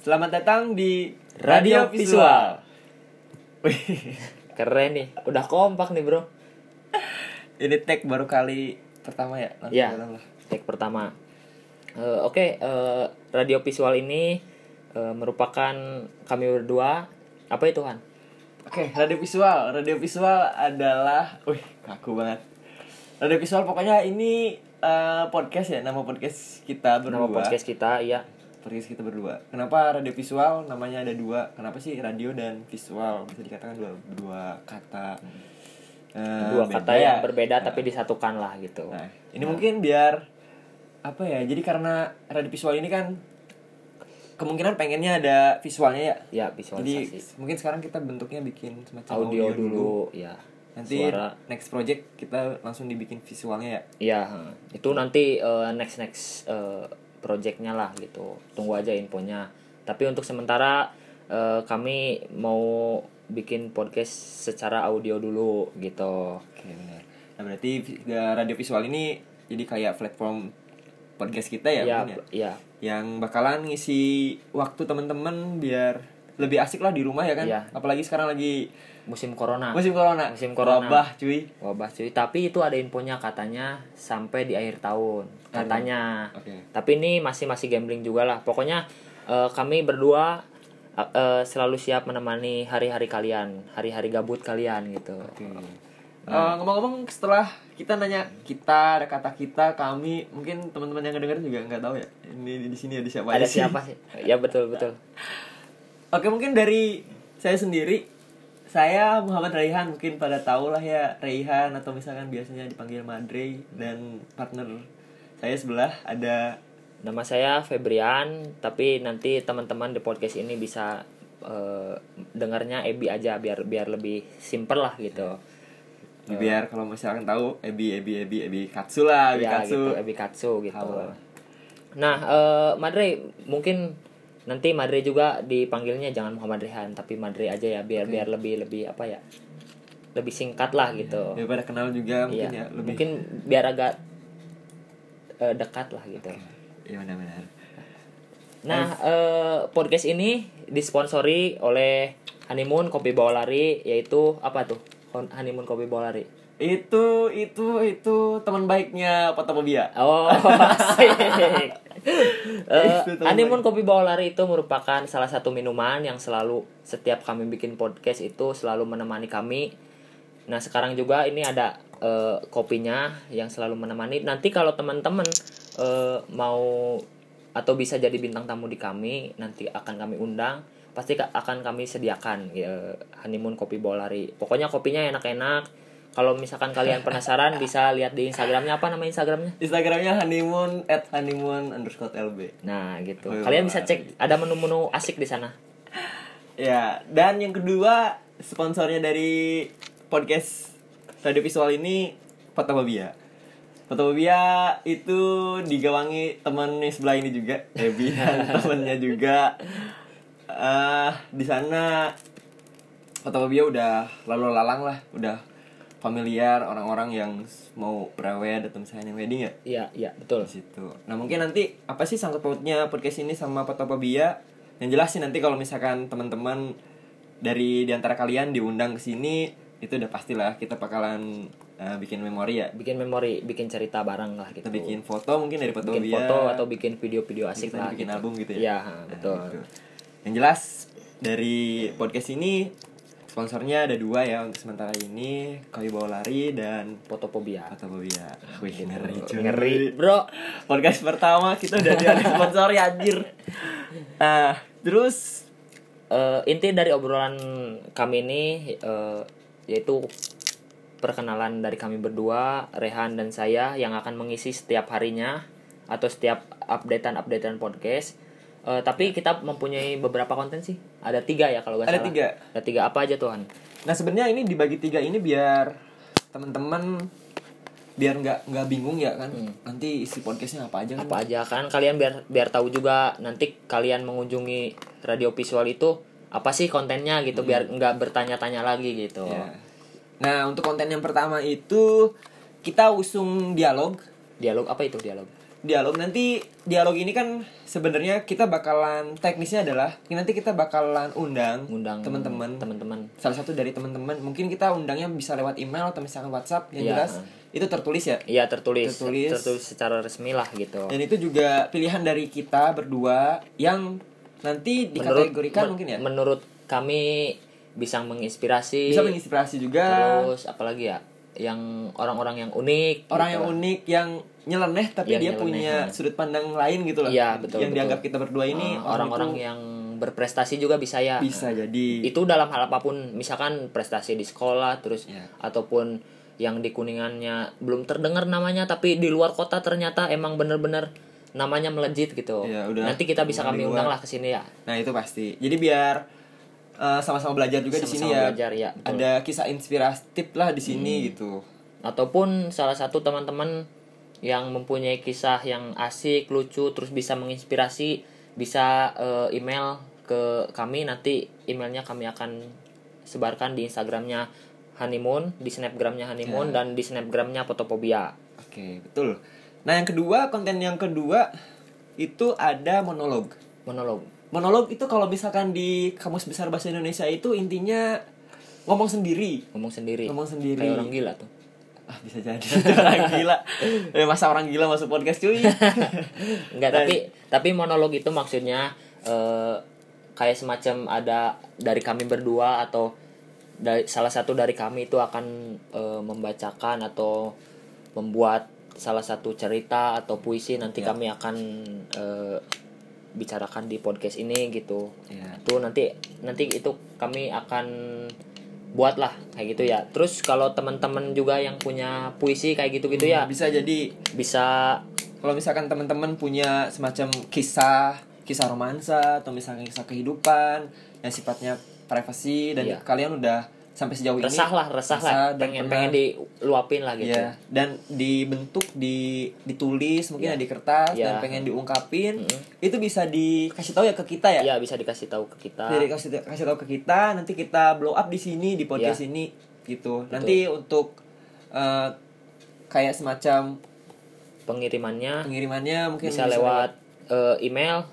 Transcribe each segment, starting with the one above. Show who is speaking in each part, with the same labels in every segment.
Speaker 1: Selamat datang di
Speaker 2: Radio Visual.
Speaker 1: Wih,
Speaker 2: Keren nih, udah kompak nih bro.
Speaker 1: ini tag baru kali pertama ya? Langsung
Speaker 2: Ya,
Speaker 1: datang lah.
Speaker 2: take pertama. Eh, Oke, eh, radio visual ini eh, merupakan kami berdua. Apa itu Han?
Speaker 1: Oke, Radio Visual. Radio Visual adalah, wih, kaku banget. Radio Visual pokoknya ini eh, podcast ya, nama podcast kita
Speaker 2: Nama
Speaker 1: berdua.
Speaker 2: podcast kita, iya.
Speaker 1: Podcast kita berdua. Kenapa Radio Visual? Namanya ada dua. Kenapa sih radio dan visual bisa dikatakan dua dua kata? eh,
Speaker 2: Dua
Speaker 1: beda
Speaker 2: kata yang
Speaker 1: ya?
Speaker 2: berbeda
Speaker 1: Nah,
Speaker 2: tapi disatukan lah gitu.
Speaker 1: Nah, ini mungkin biar apa ya? Jadi karena radio visual ini kan kemungkinan pengennya ada visualnya ya.
Speaker 2: Ya
Speaker 1: Jadi
Speaker 2: visualisasi.
Speaker 1: mungkin sekarang kita bentuknya bikin semacam
Speaker 2: audio, dulu, ya.
Speaker 1: Nanti
Speaker 2: Suara.
Speaker 1: next project kita langsung dibikin visualnya ya.
Speaker 2: Iya, heeh. itu nanti eh, next next eh, projectnya lah gitu. Tunggu aja infonya. Tapi untuk sementara eh, kami mau bikin podcast secara audio dulu gitu.
Speaker 1: Oke, benar. Nah, berarti vi- eh, radio visual ini jadi kayak platform podcast kita ya,
Speaker 2: Iya,
Speaker 1: mungkin ya?
Speaker 2: iya,
Speaker 1: yang bakalan ngisi waktu temen-temen biar lebih asik lah di rumah ya kan.
Speaker 2: Iya.
Speaker 1: Apalagi sekarang lagi
Speaker 2: musim corona.
Speaker 1: musim corona.
Speaker 2: Musim corona.
Speaker 1: Wabah, cuy.
Speaker 2: Wabah cuy, tapi itu ada infonya katanya sampai di akhir tahun. Katanya.
Speaker 1: Oke.
Speaker 2: Tapi ini masih masih gambling juga lah. Pokoknya eh, kami berdua eh, eh, selalu siap menemani hari-hari kalian, hari-hari gabut kalian gitu.
Speaker 1: Eh, ngomong-ngomong setelah kita nanya kita ada kata kita kami mungkin teman-teman yang ngedengerin juga nggak tahu ya ini di, di sini ada siapa
Speaker 2: Ada
Speaker 1: aja sih.
Speaker 2: siapa sih? Ya betul betul.
Speaker 1: Oke mungkin dari saya sendiri saya Muhammad Raihan mungkin pada tahu lah ya Raihan atau misalkan biasanya dipanggil Madre dan partner saya sebelah ada
Speaker 2: Nama saya Febrian, tapi nanti teman-teman di podcast ini bisa eh, dengarnya Ebi aja biar biar lebih simple lah gitu. Oh.
Speaker 1: biar kalau misalkan tahu Ebi Ebi Ebi Ebi Katsu lah Ebi
Speaker 2: ya,
Speaker 1: Katsu
Speaker 2: gitu, Ebikatsu gitu.
Speaker 1: Halo.
Speaker 2: Nah, eh, Madre mungkin nanti Madre juga dipanggilnya jangan Muhammad Rehan tapi Madre aja ya biar biar lebih lebih apa ya? Lebih singkat lah gitu.
Speaker 1: Ya, pada kenal juga
Speaker 2: Iya.
Speaker 1: mungkin ya lebih
Speaker 2: Mungkin biar agak eh, dekat lah gitu.
Speaker 1: Iya benar-benar
Speaker 2: Nah, eh, podcast ini disponsori oleh Honeymoon Kopi Bawa Lari yaitu apa tuh? Hon- Honeymoon Kopi Bawa Lari.
Speaker 1: itu itu itu teman baiknya Potapobia
Speaker 2: Oh, asik. Eh,
Speaker 1: Itu teman
Speaker 2: Honeymoon Kopi Bawa Lari itu merupakan salah satu minuman yang selalu setiap kami bikin podcast itu selalu menemani kami. Nah, sekarang juga ini ada eh, kopinya yang selalu menemani. Nanti kalau teman-teman eh, mau atau bisa jadi bintang tamu di kami, nanti akan kami undang. Pasti ka- akan kami sediakan ya, Honeymoon Kopi Bawa Lari. Pokoknya kopinya enak-enak. Kalau misalkan kalian penasaran bisa lihat di Instagramnya apa nama Instagramnya?
Speaker 1: Instagramnya honeymoon at honeymoon underscore lb.
Speaker 2: Nah, gitu.
Speaker 1: Ayo,
Speaker 2: Kalian bisa cek ada menu-menu asik di sana.
Speaker 1: Ya, dan yang kedua sponsornya dari podcast Radio Visual ini Potobia. Potobia itu digawangi teman sebelah ini juga, Ebi dan temennya juga. eh di sana Potobia udah lalu lalang lah, udah familiar orang-orang yang mau perawet atau misalnya wedding ya
Speaker 2: Iya, iya, betul.
Speaker 1: di situ. Nah mungkin nanti apa sih sangkut pautnya podcast ini sama Potopobia? Yang jelas sih nanti kalau misalkan teman-teman dari diantara kalian diundang ke sini itu udah pastilah kita bakalan eh, bikin memori ya.
Speaker 2: Bikin memori, bikin cerita bareng lah gitu.
Speaker 1: Kita bikin foto mungkin dari Potopobia.
Speaker 2: Bikin foto atau bikin video-video asik
Speaker 1: kita
Speaker 2: lah.
Speaker 1: bikin
Speaker 2: gitu.
Speaker 1: album gitu ya.
Speaker 2: Iya, ha,
Speaker 1: Nah,
Speaker 2: betul.
Speaker 1: gitu. Yang jelas dari podcast ini sponsornya ada dua ya untuk sementara ini Kayu Bawa Lari dan
Speaker 2: Fotopobia.
Speaker 1: Potopobia. Wih, ngeri, cuy.
Speaker 2: Ngeri, Bro.
Speaker 1: podcast pertama kita udah ada sponsor ya anjir nah terus
Speaker 2: Eh, inti dari obrolan kami ini eh, yaitu perkenalan dari kami berdua, Rehan dan saya yang akan mengisi setiap harinya atau setiap updatean-updatean podcast. Eh, tapi kita mempunyai beberapa konten sih. Ada tiga ya kalau nggak
Speaker 1: Ya. Ada
Speaker 2: salah.
Speaker 1: tiga.
Speaker 2: Ada tiga apa aja Tuhan?
Speaker 1: nah sebenarnya ini dibagi tiga ini biar teman-teman biar nggak nggak bingung ya kan nanti isi podcastnya apa aja kan
Speaker 2: Hmm. Apa aja kan kalian biar biar tahu juga nanti kalian mengunjungi radio visual itu apa sih kontennya gitu biar nggak bertanya-tanya lagi gitu.
Speaker 1: Hmm. Ya. nah untuk konten yang pertama itu kita usung dialog
Speaker 2: Dialog apa itu dialog?
Speaker 1: dialog nanti dialog ini kan sebenarnya kita bakalan teknisnya adalah nanti kita bakalan undang
Speaker 2: ngundang
Speaker 1: teman-teman
Speaker 2: teman-teman
Speaker 1: salah satu dari teman-teman mungkin kita undangnya bisa lewat email atau misalkan WhatsApp yang
Speaker 2: Iya.
Speaker 1: jelas itu tertulis ya
Speaker 2: iya tertulis,
Speaker 1: Tertulis.
Speaker 2: tertulis secara resmi lah gitu
Speaker 1: dan itu juga pilihan dari kita berdua yang nanti dikategorikan
Speaker 2: men-
Speaker 1: mungkin ya
Speaker 2: menurut kami bisa menginspirasi
Speaker 1: bisa menginspirasi juga
Speaker 2: terus apalagi ya yang orang-orang yang unik
Speaker 1: orang
Speaker 2: gitu
Speaker 1: yang
Speaker 2: lah.
Speaker 1: unik yang nyeleneh tapi
Speaker 2: Yang
Speaker 1: dia
Speaker 2: nyeleneh,
Speaker 1: punya
Speaker 2: ya.
Speaker 1: sudut pandang lain gitu loh
Speaker 2: Iya, betul,
Speaker 1: yang
Speaker 2: betul.
Speaker 1: dianggap kita berdua ini
Speaker 2: Ah, orang-orang
Speaker 1: itu
Speaker 2: yang berprestasi juga bisa ya
Speaker 1: bisa jadi
Speaker 2: itu dalam hal apapun misalkan prestasi di sekolah terus
Speaker 1: Iya.
Speaker 2: ataupun yang di kuningannya belum terdengar namanya tapi di luar kota ternyata emang bener-bener namanya melejit gitu
Speaker 1: Iya, udah.
Speaker 2: nanti kita bisa
Speaker 1: Emang di
Speaker 2: kami
Speaker 1: luar.
Speaker 2: undang lah ke sini ya
Speaker 1: nah itu pasti jadi biar eh, sama-sama belajar juga di
Speaker 2: Sama-sama
Speaker 1: sini ya
Speaker 2: belajar, ya, betul. Hmm.
Speaker 1: ada kisah inspiratif lah di sini gitu
Speaker 2: ataupun salah satu teman-teman yang mempunyai kisah yang asik lucu terus bisa menginspirasi bisa eh, email ke kami nanti emailnya kami akan sebarkan di instagramnya honeymoon di snapgramnya
Speaker 1: Ya.
Speaker 2: honeymoon dan di snapgramnya potopobia
Speaker 1: oke betul nah yang kedua konten yang kedua itu ada monolog
Speaker 2: monolog
Speaker 1: monolog itu kalau misalkan di kamus besar bahasa Indonesia itu intinya ngomong sendiri
Speaker 2: ngomong sendiri
Speaker 1: Ngomong sendiri.
Speaker 2: kayak orang gila tuh
Speaker 1: ah bisa jadi orang gila eh, masa orang gila masuk podcast cuy
Speaker 2: Iya. Enggak, tapi tapi monolog itu maksudnya eh, kayak semacam ada dari kami berdua atau dari salah satu dari kami itu akan eh, membacakan atau membuat salah satu cerita atau puisi nanti kami akan eh, bicarakan di podcast ini gitu.
Speaker 1: Iya.
Speaker 2: Itu nanti nanti itu kami akan buatlah kayak gitu ya. Terus kalau teman-teman juga yang punya puisi kayak gitu-gitu ya
Speaker 1: Iya. Nah, bisa jadi
Speaker 2: bisa
Speaker 1: kalau misalkan teman-teman punya semacam kisah kisah romansa atau misalkan kisah kehidupan yang sifatnya privasi dan
Speaker 2: Iya.
Speaker 1: kalian udah sampai sejauh ini
Speaker 2: resah lah resah, lah
Speaker 1: dan
Speaker 2: pengen
Speaker 1: pernah-
Speaker 2: pengen diluapin lah gitu
Speaker 1: Iya, dan dibentuk di ditulis mungkin ya di kertas
Speaker 2: Iya.
Speaker 1: dan pengen diungkapin itu bisa dikasih tahu ya ke kita ya
Speaker 2: ya bisa dikasih tahu ke kita
Speaker 1: Jadi kasih kasih tahu ke kita, nanti kita blow up di sini di
Speaker 2: Iya.
Speaker 1: podcast ini gitu. Nanti untuk eh, kayak semacam
Speaker 2: pengirimannya
Speaker 1: pengirimannya mungkin
Speaker 2: bisa lewat eh, email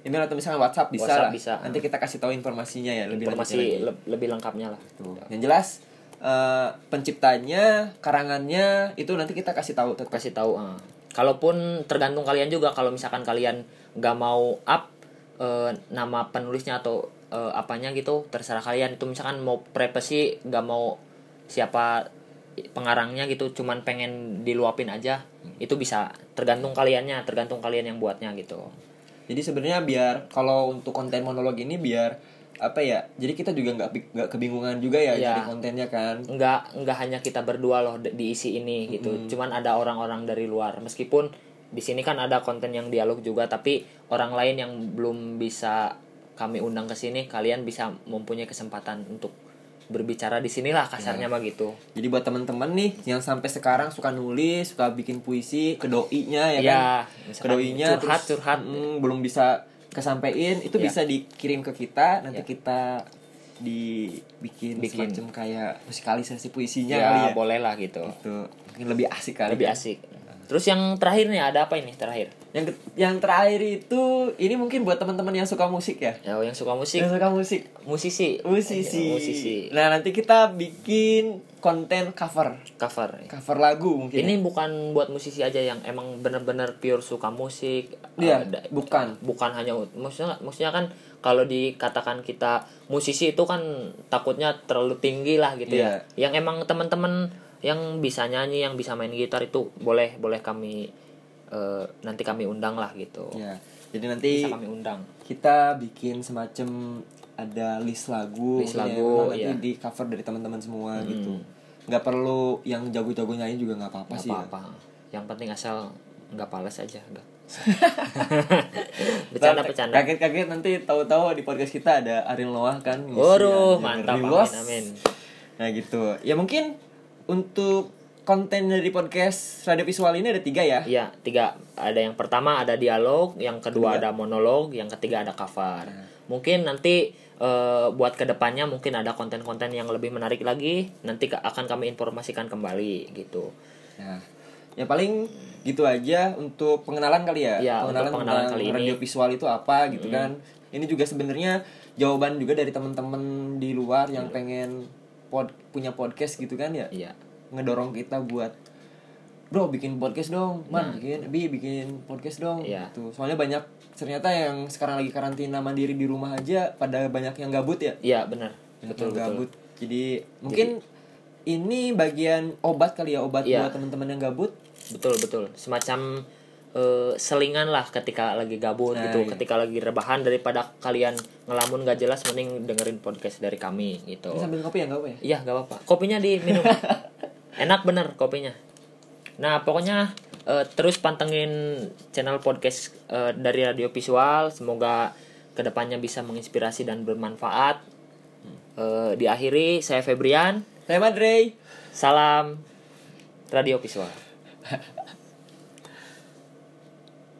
Speaker 1: email atau misalnya WhatsApp bisa lah.
Speaker 2: WhatsApp bisa.
Speaker 1: Nanti kita kasih tahu informasinya ya lebih lanjut lagi. Gitu.
Speaker 2: informasi le- lebih lengkapnya lah
Speaker 1: Tuh. Yang jelas eh, penciptanya, karangannya itu nanti kita kasih tahu tetap.
Speaker 2: kasih tahu eh. kalaupun tergantung kalian juga kalau misalkan kalian nggak mau up eh, nama penulisnya atau eh, apanya gitu terserah kalian itu misalkan mau privasi nggak mau siapa pengarangnya gitu cuman pengen diluapin aja
Speaker 1: Hmm.
Speaker 2: itu bisa tergantung kaliannya tergantung kalian yang buatnya gitu
Speaker 1: Jadi sebenarnya biar kalau untuk konten monolog ini biar apa ya? Jadi kita juga nggak bi- nggak kebingungan juga ya jadi
Speaker 2: Iya.
Speaker 1: kontennya kan.
Speaker 2: nggak nggak hanya kita berdua loh di- diisi ini gitu cuman ada orang-orang dari luar meskipun di sini kan ada konten yang dialog juga tapi orang lain yang belum bisa kami undang ke sini kalian bisa mempunyai kesempatan untuk berbicara di sinilah kasarnya
Speaker 1: Iya.
Speaker 2: mah gitu
Speaker 1: Jadi buat teman-teman nih yang sampai sekarang suka nulis, suka bikin puisi, ke doinya ya,
Speaker 2: Iya,
Speaker 1: kan. Ke
Speaker 2: misalkan
Speaker 1: doinya
Speaker 2: curhat,
Speaker 1: terus,
Speaker 2: curhat.
Speaker 1: mm, belum bisa kesampein, itu
Speaker 2: Iya.
Speaker 1: bisa dikirim ke kita, nanti
Speaker 2: Iya.
Speaker 1: kita dibikin
Speaker 2: Bikin.
Speaker 1: semacam kayak musikalisasi puisinya
Speaker 2: ya,
Speaker 1: kali ya.
Speaker 2: boleh lah gitu
Speaker 1: Itu mungkin lebih asik kali.
Speaker 2: lebih asik terus yang terakhir nih ada apa ini terakhir
Speaker 1: Yang ke- yang terakhir itu ini mungkin buat teman-teman yang suka musik ya.
Speaker 2: ya yang suka musik
Speaker 1: Yang suka musik.
Speaker 2: musisi
Speaker 1: Musisi.
Speaker 2: Iya, musisi
Speaker 1: Nah, nanti kita bikin konten cover.
Speaker 2: cover
Speaker 1: Cover lagu mungkin. ya?
Speaker 2: Ini bukan buat musisi aja yang emang bener-bener pure suka musik.
Speaker 1: Iya,
Speaker 2: Eh, da-
Speaker 1: bukan.
Speaker 2: Bukan hanya maksudnya maksudnya kan kalau dikatakan kita musisi itu kan takutnya terlalu tinggi lah gitu
Speaker 1: Iya.
Speaker 2: ya. Yang emang teman-teman yang bisa nyanyi, yang bisa main gitar itu boleh boleh kami eh, nanti kami undang lah gitu.
Speaker 1: Ya. Jadi nanti
Speaker 2: Bisa kami undang.
Speaker 1: kita bikin semacam ada list lagu
Speaker 2: List
Speaker 1: mungkin ya,
Speaker 2: lagu,
Speaker 1: memang nanti
Speaker 2: iya. Hmm.
Speaker 1: di cover dari teman-teman semua gitu nggak perlu yang jago-jago nyanyi juga nggak apa-apa
Speaker 2: Nggak
Speaker 1: sih ya.
Speaker 2: apa-apa. Yang penting asal nggak pales aja. nggak. bercanda
Speaker 1: Ntar
Speaker 2: bercanda.
Speaker 1: kaget-kaget nanti tahu-tahu di podcast kita ada Ariel Noah kan ngisi
Speaker 2: Waduh,
Speaker 1: ada
Speaker 2: mantap,
Speaker 1: Jerry
Speaker 2: amin,
Speaker 1: Bos.
Speaker 2: amin.
Speaker 1: nah gitu ya mungkin untuk konten dari podcast radio visual ini ada tiga ya
Speaker 2: Iya, tiga. Ada yang pertama ada dialog, yang kedua ada monolog, yang ketiga ada cover.
Speaker 1: Iya.
Speaker 2: Mungkin nanti eh, buat kedepannya mungkin ada konten-konten yang lebih menarik lagi. Nanti ke- akan kami informasikan kembali gitu.
Speaker 1: Nah, ya paling gitu aja untuk pengenalan kali ya,
Speaker 2: Iya, untuk
Speaker 1: pengenalan,
Speaker 2: pengenalan
Speaker 1: tentang
Speaker 2: kali ini. Hmm.
Speaker 1: radio visual itu apa gitu kan ini juga sebenarnya jawaban juga dari teman-teman di luar yang pengen pod- punya podcast gitu kan ya
Speaker 2: Iya.
Speaker 1: ngedorong kita buat bro bikin podcast dong man bikin bi bikin podcast dong
Speaker 2: Nah. Iya.
Speaker 1: gitu soalnya banyak ternyata yang sekarang lagi karantina mandiri di rumah aja pada banyak yang gabut ya
Speaker 2: Iya, benar.
Speaker 1: Banyak
Speaker 2: Betul,
Speaker 1: yang
Speaker 2: betul.
Speaker 1: gabut jadi mungkin ini bagian obat kali ya obat
Speaker 2: Iya.
Speaker 1: buat teman-teman yang gabut
Speaker 2: Betul, betul. Semacam eh, selingan lah ketika lagi gabut
Speaker 1: Nah,
Speaker 2: gitu,
Speaker 1: iya.
Speaker 2: ketika lagi rebahan daripada kalian ngelamun gak jelas mending dengerin podcast dari kami gitu.
Speaker 1: ini sambil ngopi ya nggak apa ya
Speaker 2: Iya, gak apa-apa. Kopinya diminum. Enak bener kopinya. Nah, pokoknya eh, terus pantengin channel podcast eh, dari Radio Visual. Semoga kedepannya bisa menginspirasi dan bermanfaat. Eh, diakhiri, saya Febrian.
Speaker 1: saya Madre
Speaker 2: Salam Radio Visual.